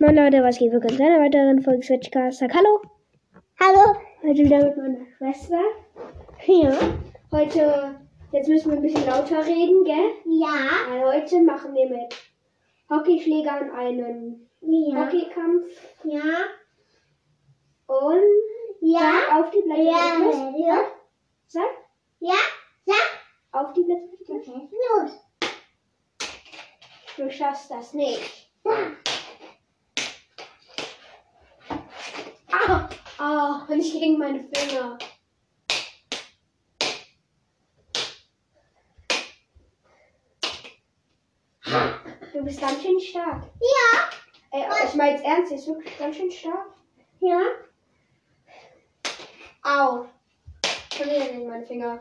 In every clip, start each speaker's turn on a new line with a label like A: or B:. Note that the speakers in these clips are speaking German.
A: Moin Leute, was geht? Willkommen zu einer weiteren Folge Switchcast. Sag hallo.
B: Hallo.
A: Heute wieder mit meiner Schwester.
B: Ja.
A: Heute, jetzt müssen wir ein bisschen lauter reden, gell?
B: Ja.
A: Weil heute machen wir mit Hockeyschlägern einen
B: Ja.
A: Hockeykampf
B: Ja.
A: und
B: Ja.
A: sag auf die Plätze.
B: Ja.
A: Los.
B: Ja.
A: Sag
B: Ja. Sag.
A: auf die Plätze.
B: Okay. Los.
A: Du schaffst das nicht.
B: Da.
A: Ah, ah, und ich gegen meine Finger. Du bist ganz schön stark.
B: Ja.
A: Ey, aber ich meine jetzt ernst, der ist wirklich ganz schön stark.
B: Ja.
A: Au. Schon wieder gegen meinen Finger.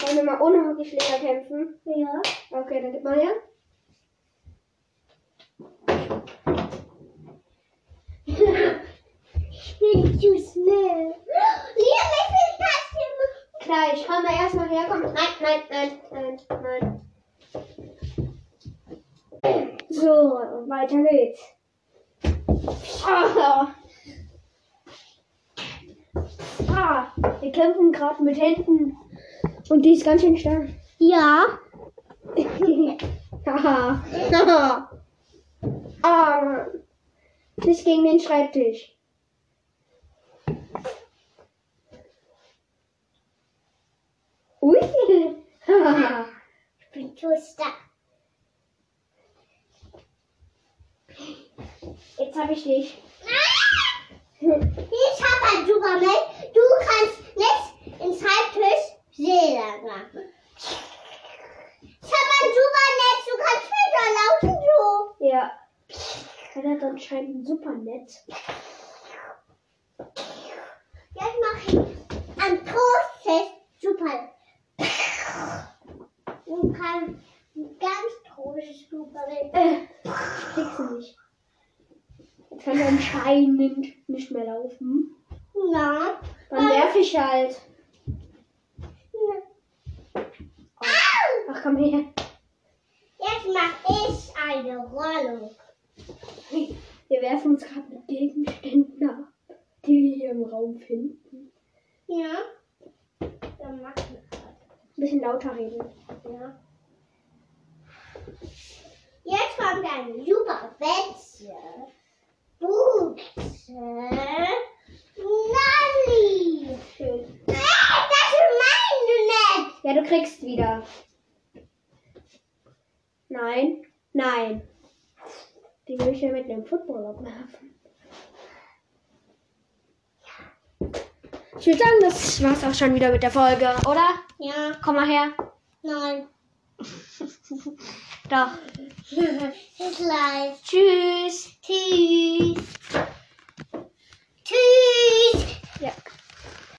A: Wollen wir mal ohne Hockeyschläger kämpfen?
B: Ja.
A: Okay, dann gib mal her.
B: Ich bin zu schnell. Wir müssen das
A: Gleich, komm mal erstmal her. Komm. Nein, nein, nein, nein, nein. So, weiter geht's. Ah. Ah, wir kämpfen gerade mit Händen. Und die ist ganz schön stark.
B: Ja.
A: Haha. Haha. ah, Mann. Nicht gegen den Schreibtisch. Ui. Haha.
B: Ich bin zu stark.
A: Jetzt habe ich dich.
B: Ich habe ein Superman. Du kannst nicht ins Halbtisch Seele machen. Ich habe ein Supernetz. Du kannst weiterlaufen so.
A: Ja. Er hat anscheinend ein super Netz.
B: Jetzt mache ich ein großes Superman. Du kannst ein ganz großes Superman.
A: Äh, kriegst du nicht. Jetzt kann er anscheinend nicht mehr laufen.
B: Ja.
A: Dann werf ich halt.
B: Au!
A: Ach komm her.
B: Jetzt mache ich eine Rollung.
A: Wir werfen uns gerade mit Gegenständen ab, die wir hier im Raum finden.
B: Ja. Dann mach ich
A: Ein bisschen lauter reden.
B: Ja. Jetzt kommt eine super Wetze. Buchse. Nolli.
A: Schön.
B: Hey, das ist mein Netz.
A: Ja, du kriegst wieder. Nein, nein. Die will ich ja mit einem Football abwerfen. Ich würde sagen, das war's auch schon wieder mit der Folge, oder?
B: Ja,
A: Komm mal her.
B: nein.
A: Doch.
B: Bis gleich.
A: Tschüss.
B: Tschüss.